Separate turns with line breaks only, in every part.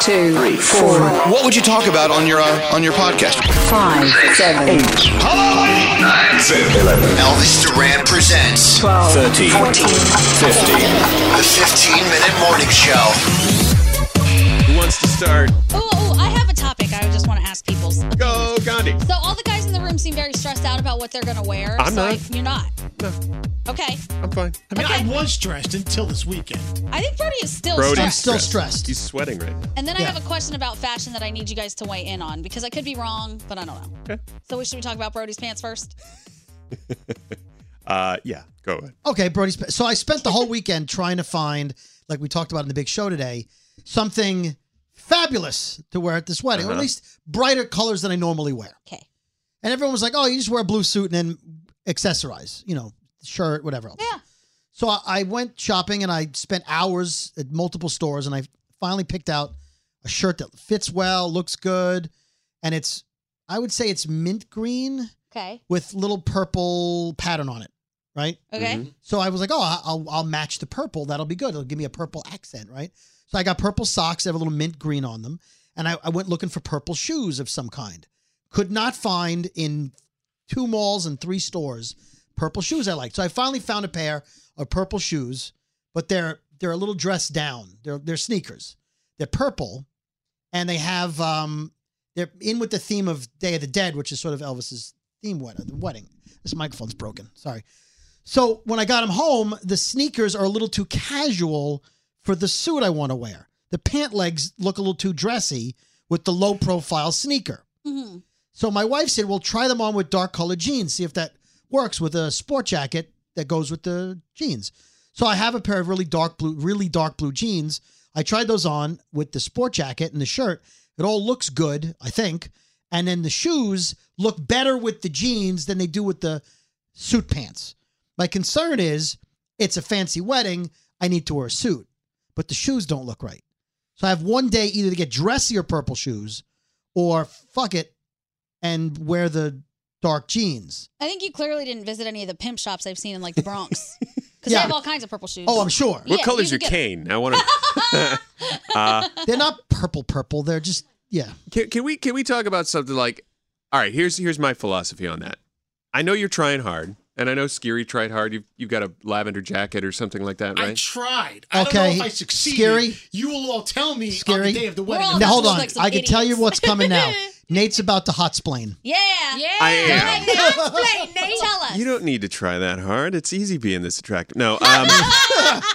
two, three, four.
What would you talk about on your uh, on your podcast?
Five, seven, eight.
Hello, eight, nine, seven, eleven. Elvis Duran presents
12,
13,
14,
15.
the 15 minute morning show.
Who wants to start?
Oh, oh, I have a topic I just want to ask people. So
Go, Gandhi.
all the guys in the room seem very stressed out about what they're going to wear.
I'm
so I-
not.
you're not.
No,
Okay.
I'm fine.
I mean,
Okay.
I was stressed until this weekend.
I think Brody is still
Brody's
stressed.
still stressed.
He's sweating right now.
And then I
Yeah.
have a question about fashion that I need you guys to weigh in on because I could be wrong, but I don't know.
Okay.
So we- should we talk about Brody's pants first?
Uh, yeah, go ahead.
Okay, Brody. sp- So I spent the whole weekend trying to find, like we talked about in the big show today, something fabulous to wear at this wedding, or at
Uh-huh.
least brighter colors than I normally wear.
Okay.
And everyone was like, "Oh, you just wear a blue suit and then accessorize, you know, shirt, whatever else."
Yeah.
So I, I went shopping and I spent hours at multiple stores and I finally picked out a shirt that fits well, looks good, and it's I would say it's mint green
Okay.
with little purple pattern on it, right?
Okay.
So I was like, oh, I- I'll I'll match the purple. That'll be good. It'll give me a purple accent, right? So I got purple socks that have a little mint green on them, and I, I went looking for purple shoes of some kind. Could not find in two malls and three stores purple shoes I liked. So I finally found a pair of purple shoes, but they're they're a little dressed down. They're they're sneakers. They're purple, and they have um they're in with the theme of Day of the Dead, which is sort of Elvis's theme wedding. The wedding. This microphone's broken. Sorry. So when I got him home, the sneakers are a little too casual for the suit I want to wear. The pant legs look a little too dressy with the low profile sneaker.
hmm
So my wife said, "Well, try them on with dark colored jeans. See if that works with a sport jacket that goes with the jeans. So I have a pair of really dark blue, really dark blue jeans. I tried those on with the sport jacket and the shirt. It all looks good, I think. And then the shoes look better with the jeans than they do with the suit pants. My concern is it's a fancy wedding. I need to wear a suit, but the shoes don't look right. So I have one day either to get dressier purple shoes or fuck it and wear the dark jeans.
I think you clearly didn't visit any of the pimp shops I've seen in like the Bronx. Because
Yeah.
they have all kinds of purple shoes.
Oh, I'm sure.
What
Yeah,
color's
you
your
can get-
cane? I want to. uh,
They're not purple purple. They're just yeah.
can, can we can we talk about something like? All right, here's here's my philosophy on that. I know you're trying hard, and I know Skiri tried hard. You've you've got a lavender jacket or something like that,
I
right?
tried. I don't
Okay.
know if I succeeded.
Scary.
You will all tell me on
Scary.
the day of the wedding.
all
now hold
look
on.
like some
I can tell you
idiots.
what's coming now. Nate's about to hot splain.
Yeah. Yeah.
I am.
Go ahead, now. Tell us.
You don't need to try that hard. It's easy being this attractive. No, um,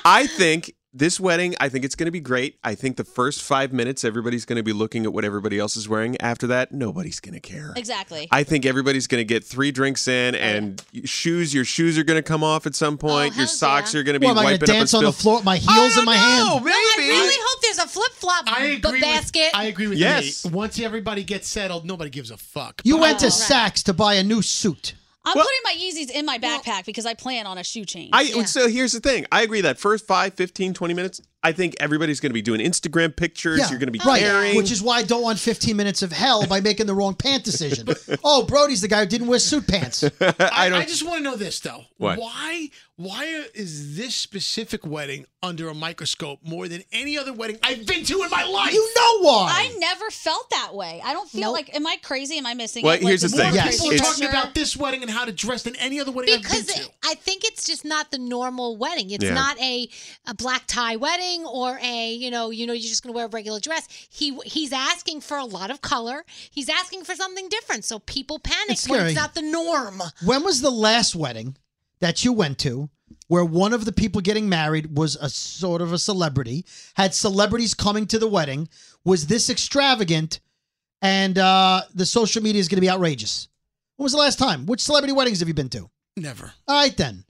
I think this wedding, I think it's going to be great. I think the first five minutes, everybody's going to be looking at what everybody else is wearing. After that, nobody's going to care.
Exactly.
I think everybody's going to get three drinks in and shoes. Your shoes are going to come off at
Oh,
some point. your socks are going to be
What am I going
wiping
to
up and
dance on the floor with my heels in my
Oh,
hand?
I
maybe.
really hope there's a flip flop
I agree
basket.
With, I agree with
Yes.
Nate. Once everybody gets settled, nobody gives a fuck.
You went to
Right.
Saks to buy a new suit.
I'm
Well-
putting my Yeezys in my backpack because I plan on a shoe change.
I so here's the thing. I agree that first five, 15, 20 minutes, I think everybody's going to be doing Instagram pictures. You're going to be
Oh,
right,
caring.
which is why I don't want 15 minutes of hell by making the wrong pant decision. oh, Brody's the guy who didn't wear suit pants.
I,
I
I,
don't.
just want to know this though.
What?
Why? Why is this specific wedding under a microscope more than any other wedding I've been to in my life?
You know why?
I never felt that way. I don't feel like. Am I crazy? Am I missing?
Well,
it? Like,
here's the thing.
more
Yes.
people
People are
It's-
talking about this wedding and how to dress than any other wedding I've
because
been to.
I think it's just not the normal wedding. It's
Yeah.
not a, a black tie wedding or a you know you know you're just going to wear a regular dress. He he's asking for a lot of color. He's asking for something different, so people panic
It's
when
scary.
it's not the norm.
When was the last wedding that you went to where one of the people getting married was a sort of a celebrity, had celebrities coming to the wedding, was this extravagant, and uh, the social media is going to be outrageous? When was the last time? Which celebrity weddings have you been to?
Never.
All right, then.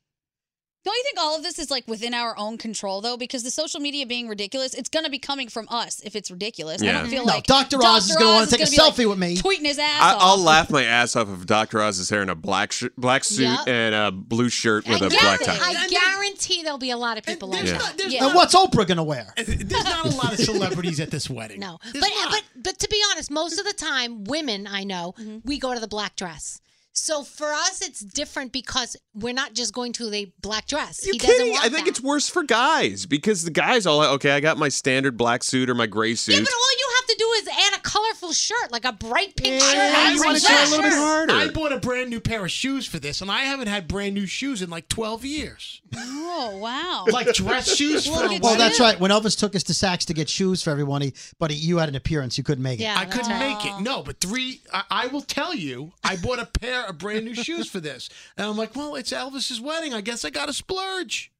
Don't you think all of this is like within our own control though? Because the social media being ridiculous, it's gonna be coming from us if it's ridiculous. I
Yeah.
don't feel
No,
like
Dr. Oz is gonna wanna take a
be, like,
selfie with me.
tweeting his ass
I,
off.
I'll laugh my ass off if Dr. Oz is wearing a black sh- black suit
Yep.
and a blue shirt with
I
a black
guarantee-
tie.
I guarantee there'll be a lot of people like
There's
that.
not. There's,
Yeah.
And what's Oprah going to wear?
Uh, there's not a lot of celebrities at this wedding.
No,
There's
but
not.
but but to be honest, most of the time, women I know
Mm-hmm.
we go to the black dress. So for us, it's different because we're not just going to the black dress.
You
he doesn't
kidding?
want
I think
that.
it's worse for guys because the guys all okay. I got my standard black suit or my gray suit.
Yeah, but all you have to do is add a colorful shirt, like a bright pink shirt.
I
and a
wanna
bright
try a
shirt.
little bit harder.
I bought a brand new pair of shoes for this, and I haven't had brand new shoes in like 12 years.
oh wow.
Like dress shoes.
Look
for a
at
Well,
you.
wedding.
that's right. When Elvis took us to Saks to get shoes for everyone, he, but he, you had an appearance. You couldn't make it.
Yeah,
I couldn't make it. No, but three. I, I will tell you, I bought a pair of brand new shoes for this, and I'm like, well, it's Elvis's wedding. I guess I got to splurge.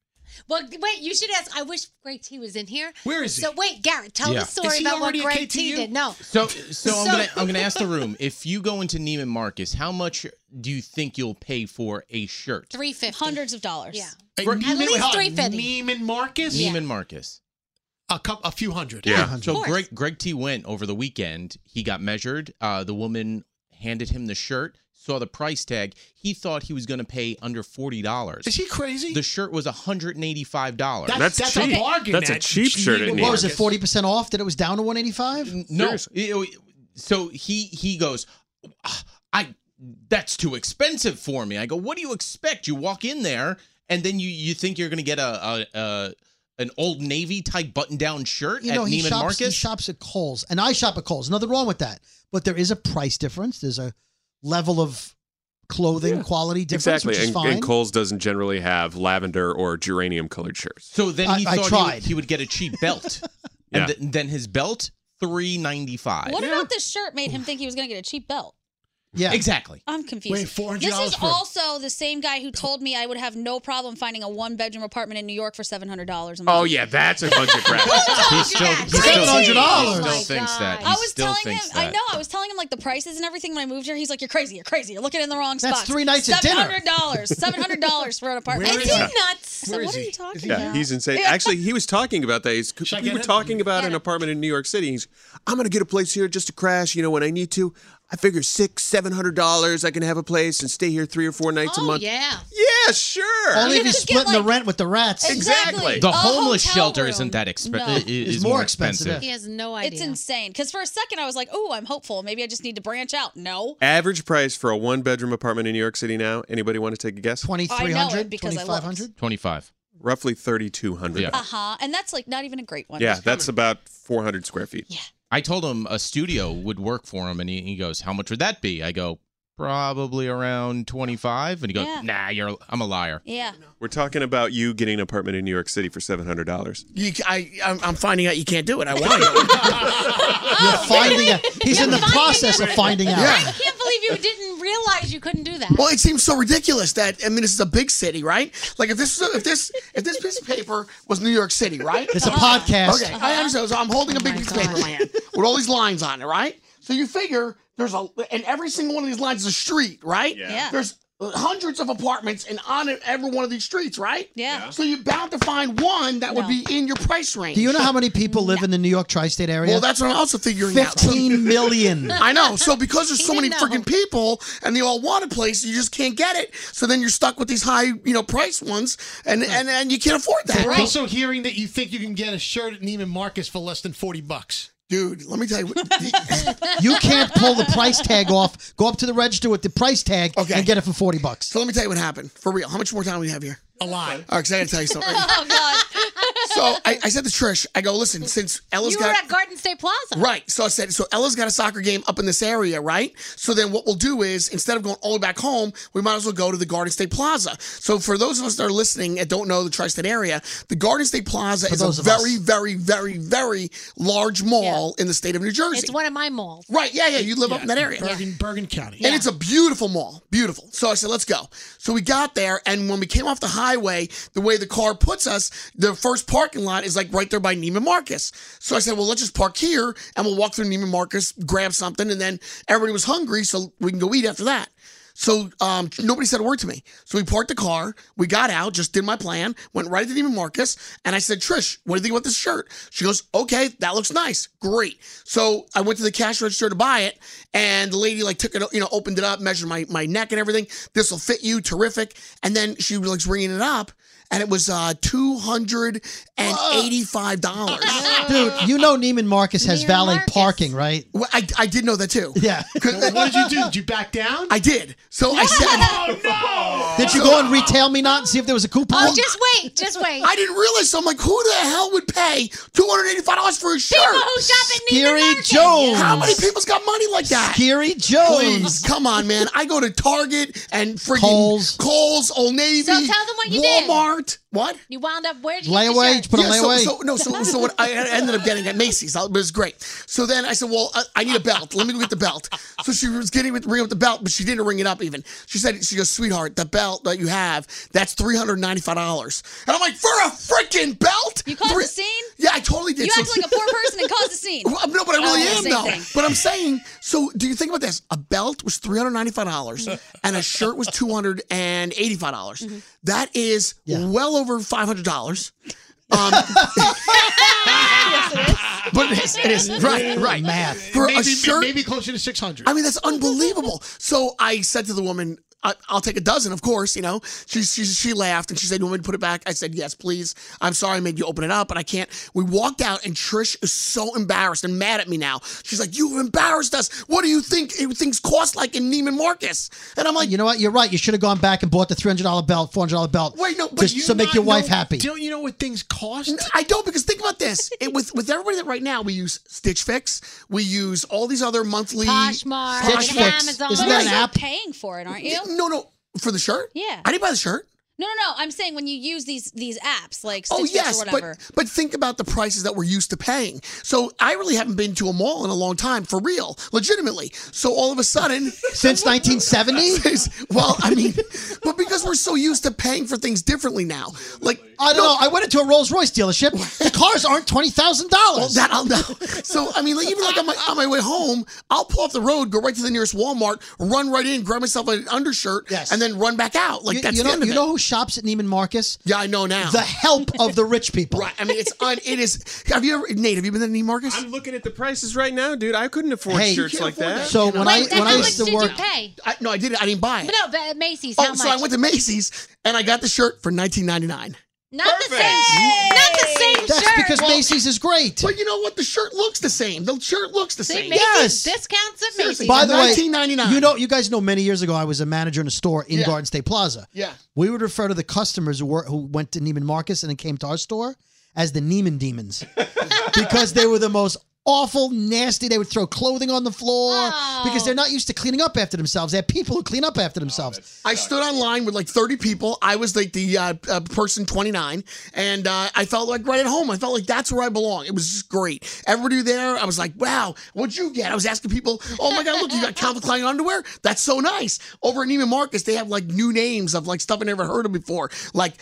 Well, wait, you should ask. I wish Greg T was in here.
Where is he?
So wait, Garrett, tell
Yeah.
the story
Is he
about what
already at
Greg T
KTU?
did. No,
So, so I'm
So-
gonna I'm gonna ask the room. If you go into Neiman Marcus, how much do you think you'll pay for a shirt?
three fifty.
Hundreds of dollars.
Yeah.
Neiman-
least
hold on,
350.
Neiman Marcus,
Neiman Marcus.
a couple, a few hundred.
yeah.
So
course.
Greg Greg T went over the weekend. He got measured. Uh, the woman handed him the shirt. Saw the price tag. He thought he was gonna pay under forty dollars.
Is he crazy?
The shirt was hundred and eighty-five dollars.
That's
that's
cheap.
a bargain.
That's a
at
cheap shirt at
Neiman
Neiman.
What was it?
Marcus.
Forty percent off? That it was down to one eighty five?
No. It- it- so he he goes, "Ah, I that's too expensive for me. I go, what do you expect? You walk in there and then you you think you're gonna get a a, a an old navy type button down shirt
You
at
know, he
Neiman
shops, he
Marcus.
shops at Kohl's, and I shop at Kohl's. Nothing wrong with that, but there is a price difference. There's a level of clothing quality difference,
Exactly.
which is
And,
fine.
and Cole's doesn't generally have lavender or geranium colored shirts.
so then
I- I
he thought he would-
tried.
He, would, get a cheap belt,
Yeah.
and th- then his belt three ninety five.
What about this shirt made him think he was gonna get a cheap belt?
Yeah. Exactly.
I'm confused.
Wait, $400
This is
for-
also the same guy who told me I would have no problem finding a one bedroom apartment in New York for seven hundred dollars a month.
Oh yeah, that's a bunch of crap. he still, he still,
$700.
he
Oh my
still thinks that. He
I was
still
telling him.
thinks
I
that.
know. I was telling him like the prices and everything when I moved here. He's like, "You're crazy. You're crazy. You're looking in the wrong
That's
spot."
three nights at dinner.
Seven hundred dollars. Seven hundred dollars for an apartment.
Where is he?
nuts.
Where
what
is
are
he?
you talking
Yeah,
about?
he's insane.
Yeah.
Actually, he was talking about that. He's, we were talking about an apartment in New York City. He's, I'm gonna get a place here just to crash. You know, when I need to, I figure six, seven hundred dollars, I can have a place and stay here three or four nights a month.
Oh, yeah.
Yeah, sure.
Only if
You
you're
could get,
splitting the
like-
rent with the rats.
Exactly.
The
A
homeless
hotel
shelter isn't that expensive.
No.
Is more expensive.
He has no idea. It's insane. Because for a second I was like, "Oh, I'm hopeful. Maybe I just need to branch out." No.
Average price for a one bedroom apartment in New York City now. Anybody want to take a guess?
Twenty
I know it because I looked.
25. Roughly 3,200.
Uh huh. And that's like not even a great one.
Yeah,
That's about 400 square feet.
Yeah.
I told him a studio would work for him, and he, he goes, "How much would that be?" I go, "Probably around 25." And he goes,
Yeah.
"Nah, you're I'm a liar."
Yeah.
We're talking about you getting an apartment in New York City for $700.
You, I, I'm, I'm finding out you can't do it. I want to.
You're finding out. He's in the process of finding out.
Yeah.
I can't believe you didn't realize you couldn't do that.
Well, it seems so ridiculous that I mean, this is a big city, right? Like if this if this if this piece of paper was New York City, right?
It's a podcast.
Okay, I understand. So I'm holding a big piece of paper in my hand with all these lines on it, right? So you figure there's a and every single one of these lines is a street, right?
Yeah. Yeah.
There's hundreds of apartments and on every one of these streets, right?
Yeah. Yeah.
So you're bound to find one that would be in your price range.
Do you know how many people live in the New York tri-state area?
Well, that's what I'm also figuring out.
Fifteen million.
I know. So because there's so many freaking people and they all want a place, you just can't get it. So then you're stuck with these high, you know, price ones, and and, and you can't afford that.
We're also hearing that you think you can get a shirt at Neiman Marcus for less than 40 bucks.
Dude, let me tell you.
You can't pull the price tag off. Go up to the register with the price tag and get it for forty bucks.
So let me tell you what happened for real. How much more time do we have here?
A lot.
All right, 'cause I gotta tell you something.
oh God!
so I, I said to Trish, I go, listen, since Ella's
you were
got
at Garden State Plaza.
Right. So I said, so Ella's got a soccer game up in this area, right? So then what we'll do is instead of going all the way back home, we might as well go to the Garden State Plaza. So for those of us that are listening and don't know the tri-state area, the Garden State Plaza
For
is
those
a
of
very, very, very, very large mall in the state of New Jersey.
It's one of my malls.
Right, yeah, yeah. You live up in that area.
Bergen, Bergen County.
And it's a beautiful mall. Beautiful. So I said, let's go. So we got there, and when we came off the highway, the way the car puts us, the first parking lot is like right there by Neiman Marcus. So I said, well, let's just park here and we'll walk through Neiman Marcus, grab something, and then everybody was hungry, so we can go eat after that. So um, nobody said a word to me. So we parked the car. We got out, just did my plan, went right to Neiman Marcus, and I said, Trish, what do you think about this shirt? She goes, okay, that looks nice. Great. So I went to the cash register to buy it, and the lady like took it, you know, opened it up, measured my, my neck and everything. This will fit you, terrific. And then she was like ringing it up, and it was uh, $285.
Dude, you know Neiman Marcus has valet parking, right?
Well, I, I did know that too.
Yeah.
what did you do? Did you back down?
I did. So I said,
Did you go and retail me not and see if there was a coupon?
Oh, just wait, just wait.
I didn't realize. So I'm like, who the hell would pay $285 for a shirt?
People who shop at Neiman
Scary
Marcus.
Jones.
How many people's got money like that?
Scary Jones.
Please, come on, man. I go to Target and freaking
Kohl's.
Kohl's, Old Navy.
So tell them what you did.
Walmart. What?
You wound up where'd you get your
Layaway,
shirt?
you put on
so-
layaway.
So, no, so, so what I ended up getting at Macy's, it was great. So then I said, well, I, I need a belt. Let me go get the belt. So she was getting with ring up the belt, but she didn't ring it up even. She said, she goes, sweetheart, the belt that you have, that's three hundred ninety five dollars. And I'm like, for a freaking belt?
You caused
Three-
a scene?
Yeah, I totally did.
You
So-
act like a poor person and caused a scene.
Well, Uh, No, but I really
Oh,
am
same
though.
thing.
But I'm saying, so do you think about this? A belt was three hundred ninety-five dollars, and a shirt was two hundred and eighty-five dollars.
Mm-hmm.
That is well over five hundred dollars. Um, but it is, it is right, right.
Math
for
maybe,
a shirt.
maybe closer to 600.
I mean, that's unbelievable. so I said to the woman, I, I'll take a dozen, of course, you know. She, she she laughed and she said, You want me to put it back? I said, Yes, please. I'm sorry I made you open it up, but I can't. We walked out and Trish is so embarrassed and mad at me now. She's like, You embarrassed us. What do you think eh, things cost like in Neiman Marcus? And I'm like,
You know what? You're right. You should have gone back and bought the three hundred dollar belt, four hundred dollar belt.
Wait, no, but
just
you
to make
not
your wife
know-
happy.
Don't you know what things cost?
I don't because think about this. It, with with everybody that right now we use Stitch Fix, we use all these other monthly
Poshmark,
Poshmark.
Stitch Fix. Amazon. Isn't that
But you're
an
still
app?
paying for it, aren't you?
No, no, for the shirt.
Yeah.
I didn't buy the shirt.
No, no, no. I'm saying when you use these these apps like Stitch
Oh
Fix
yes,
or whatever.
but but think about the prices that we're used to paying. So I really haven't been to a mall in a long time, for real, legitimately. So all of a sudden,
since 1970,
well, I mean, but because we're so used to paying for things differently now, like
I don't know. I went into a Rolls Royce dealership. The cars aren't twenty thousand
Well,
dollars.
that I'll know. So I mean, like, even like on my, on my way home, I'll pull off the road, go right to the nearest Walmart, run right in, grab myself an undershirt, and then run back out. Like
you,
that's
you
the
know,
end of
you
it.
know who shops at Neiman Marcus?
Yeah, I know now.
The help of the rich people.
Right. I mean, it's un, it is. Have you ever, Nate? Have you been to Neiman Marcus?
I'm looking at the prices right now, dude. I couldn't afford
Hey,
shirts
you can't
like
afford
that.
that, So you know? when I-
Wait, then
when I
how
used to
much did
work-
you pay?
I, no, I didn't. I didn't buy it.
No, but at Macy's.
oh,
how much?
so I went to Macy's and I got the shirt for 19.99.
Not the same. Not the same
That's
shirt.
because Macy's is great.
But you know what? The shirt looks the same. The shirt looks the
See,
same.
Macy's
Yes.
discounts at Macy's.
Seriously,
By the way,
$19.99.
you know, you guys know. Many years ago, I was a manager in a store in
Yeah.
Garden State Plaza.
Yeah.
We would refer to the customers who, were, who went to Neiman Marcus and then came to our store as the Neiman Demons because they were the most awful, nasty. They would throw clothing on the floor
Oh.
because they're not used to cleaning up after themselves. They have people who clean up after themselves.
I stood online with like 30 people. I was like the uh, uh, person 29, and uh, I felt like right at home. I felt like that's where I belong. It was just great. Everybody there, I was like, wow, what'd you get? I was asking people, oh my God, look, you got Calvin Klein underwear? That's so nice. Over at Neiman Marcus, they have like new names of like stuff I never heard of before. Like,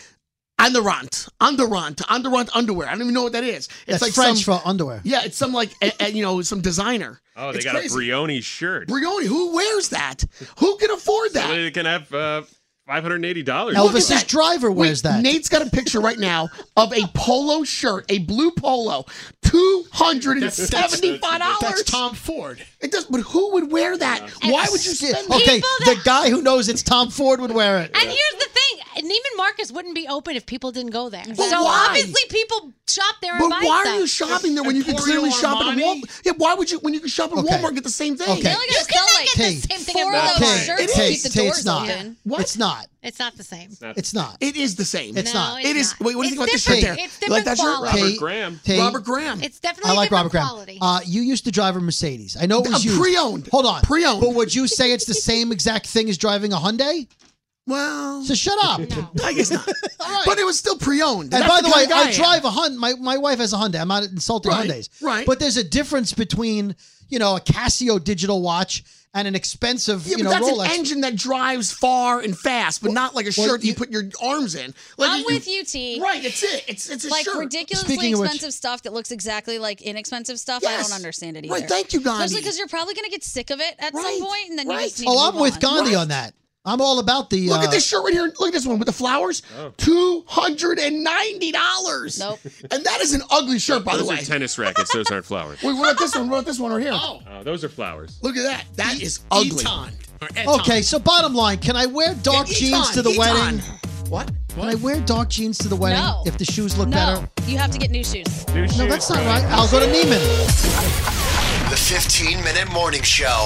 Underant, Underant, Underant underwear. I don't even know what that is. It's
That's
like
French
some,
for underwear.
Yeah, it's some like, a, a- you know, some designer.
Oh, they
It's
got
crazy.
a Brioni shirt.
Brioni. Who wears that? Who can afford that?
Somebody that can have uh, five hundred and eighty dollars.
Look at that. Wait, Nate's got a picture right now of a polo shirt, a blue polo, two hundred and seventy-five dollars.
That's Tom Ford.
It does, but who would wear that? Why would you spend?
Okay, the guy who knows it's Tom Ford would wear it.
And here's the thing: Neiman Marcus wouldn't be open if people didn't go there.
But
so
why?
obviously, people shop there.
But
and buy
why
stuff.
are you shopping there when you can clearly shop at Walmart? Yeah, why would you when you can shop at Walmart and get the same thing?
Okay. They only
You cannot get
Kate,
the same thing
four
at
of
Walmart.
those shirts
Kate,
keep
Kate,
the
Kate,
doors
it's not.
open.
It's not.
It's not the same.
It's not.
It is the same.
It's
No,
not.
it's
It is. Wait, what do you think about this shirt there?
different. It's
You like
different
that shirt?
quality. Robert
Graham.
Tate-
Robert Graham.
It's definitely.
I like
different
Robert Graham.
quality.
Uh, you used to drive a Mercedes. I know it
A
was you.
pre-owned.
Hold on.
Pre-owned.
But would you say it's the same exact thing as driving a Hyundai?
Well,
So shut up.
I guess not. But it was still pre-owned.
And
That's
by
the
the way,
kind of guy
I
am.
drive a Hyundai. My, my wife has a Hyundai. I'm not insulting
Right,
Hyundais.
right.
But there's a difference between, you know, a Casio digital watch and an expensive,
Yeah,
you
but
know,
that's
Rolex.
an engine that drives far and fast, but not like a
well,
shirt you, put your arms in. Like
I'm with you, T.
Right, it's it. It's it's a
like
shirt.
ridiculously
Speaking of which-
expensive stuff that looks exactly like inexpensive stuff. I
Yes.
don't understand it either.
Right, thank you, Gandhi.
Especially because you're probably going to get sick of it at
Right,
some point, and then
right.
you just need to
oh, I'm
move
with
on.
Gandhi on that. I'm all about the.
Look
uh,
at this shirt right here. Look at this one with the flowers. Two hundred and ninety dollars. Nope. And that is an ugly shirt, by
Those
the
are
way.
tennis rackets. Those aren't flowers.
Wait, what about this one? What about this one right here? Oh,
Oh, those are flowers.
look at that. That is ugly.
Eton. Or Eton.
Okay, so bottom line, can I wear dark
Eton,
jeans to the
Eton.
wedding?
What?
Can I wear dark jeans to the wedding
No.
if the shoes look
No,
better?
you have to get new shoes.
New
No, that's not right. I'll go to Neiman.
The 15 Minute Morning Show.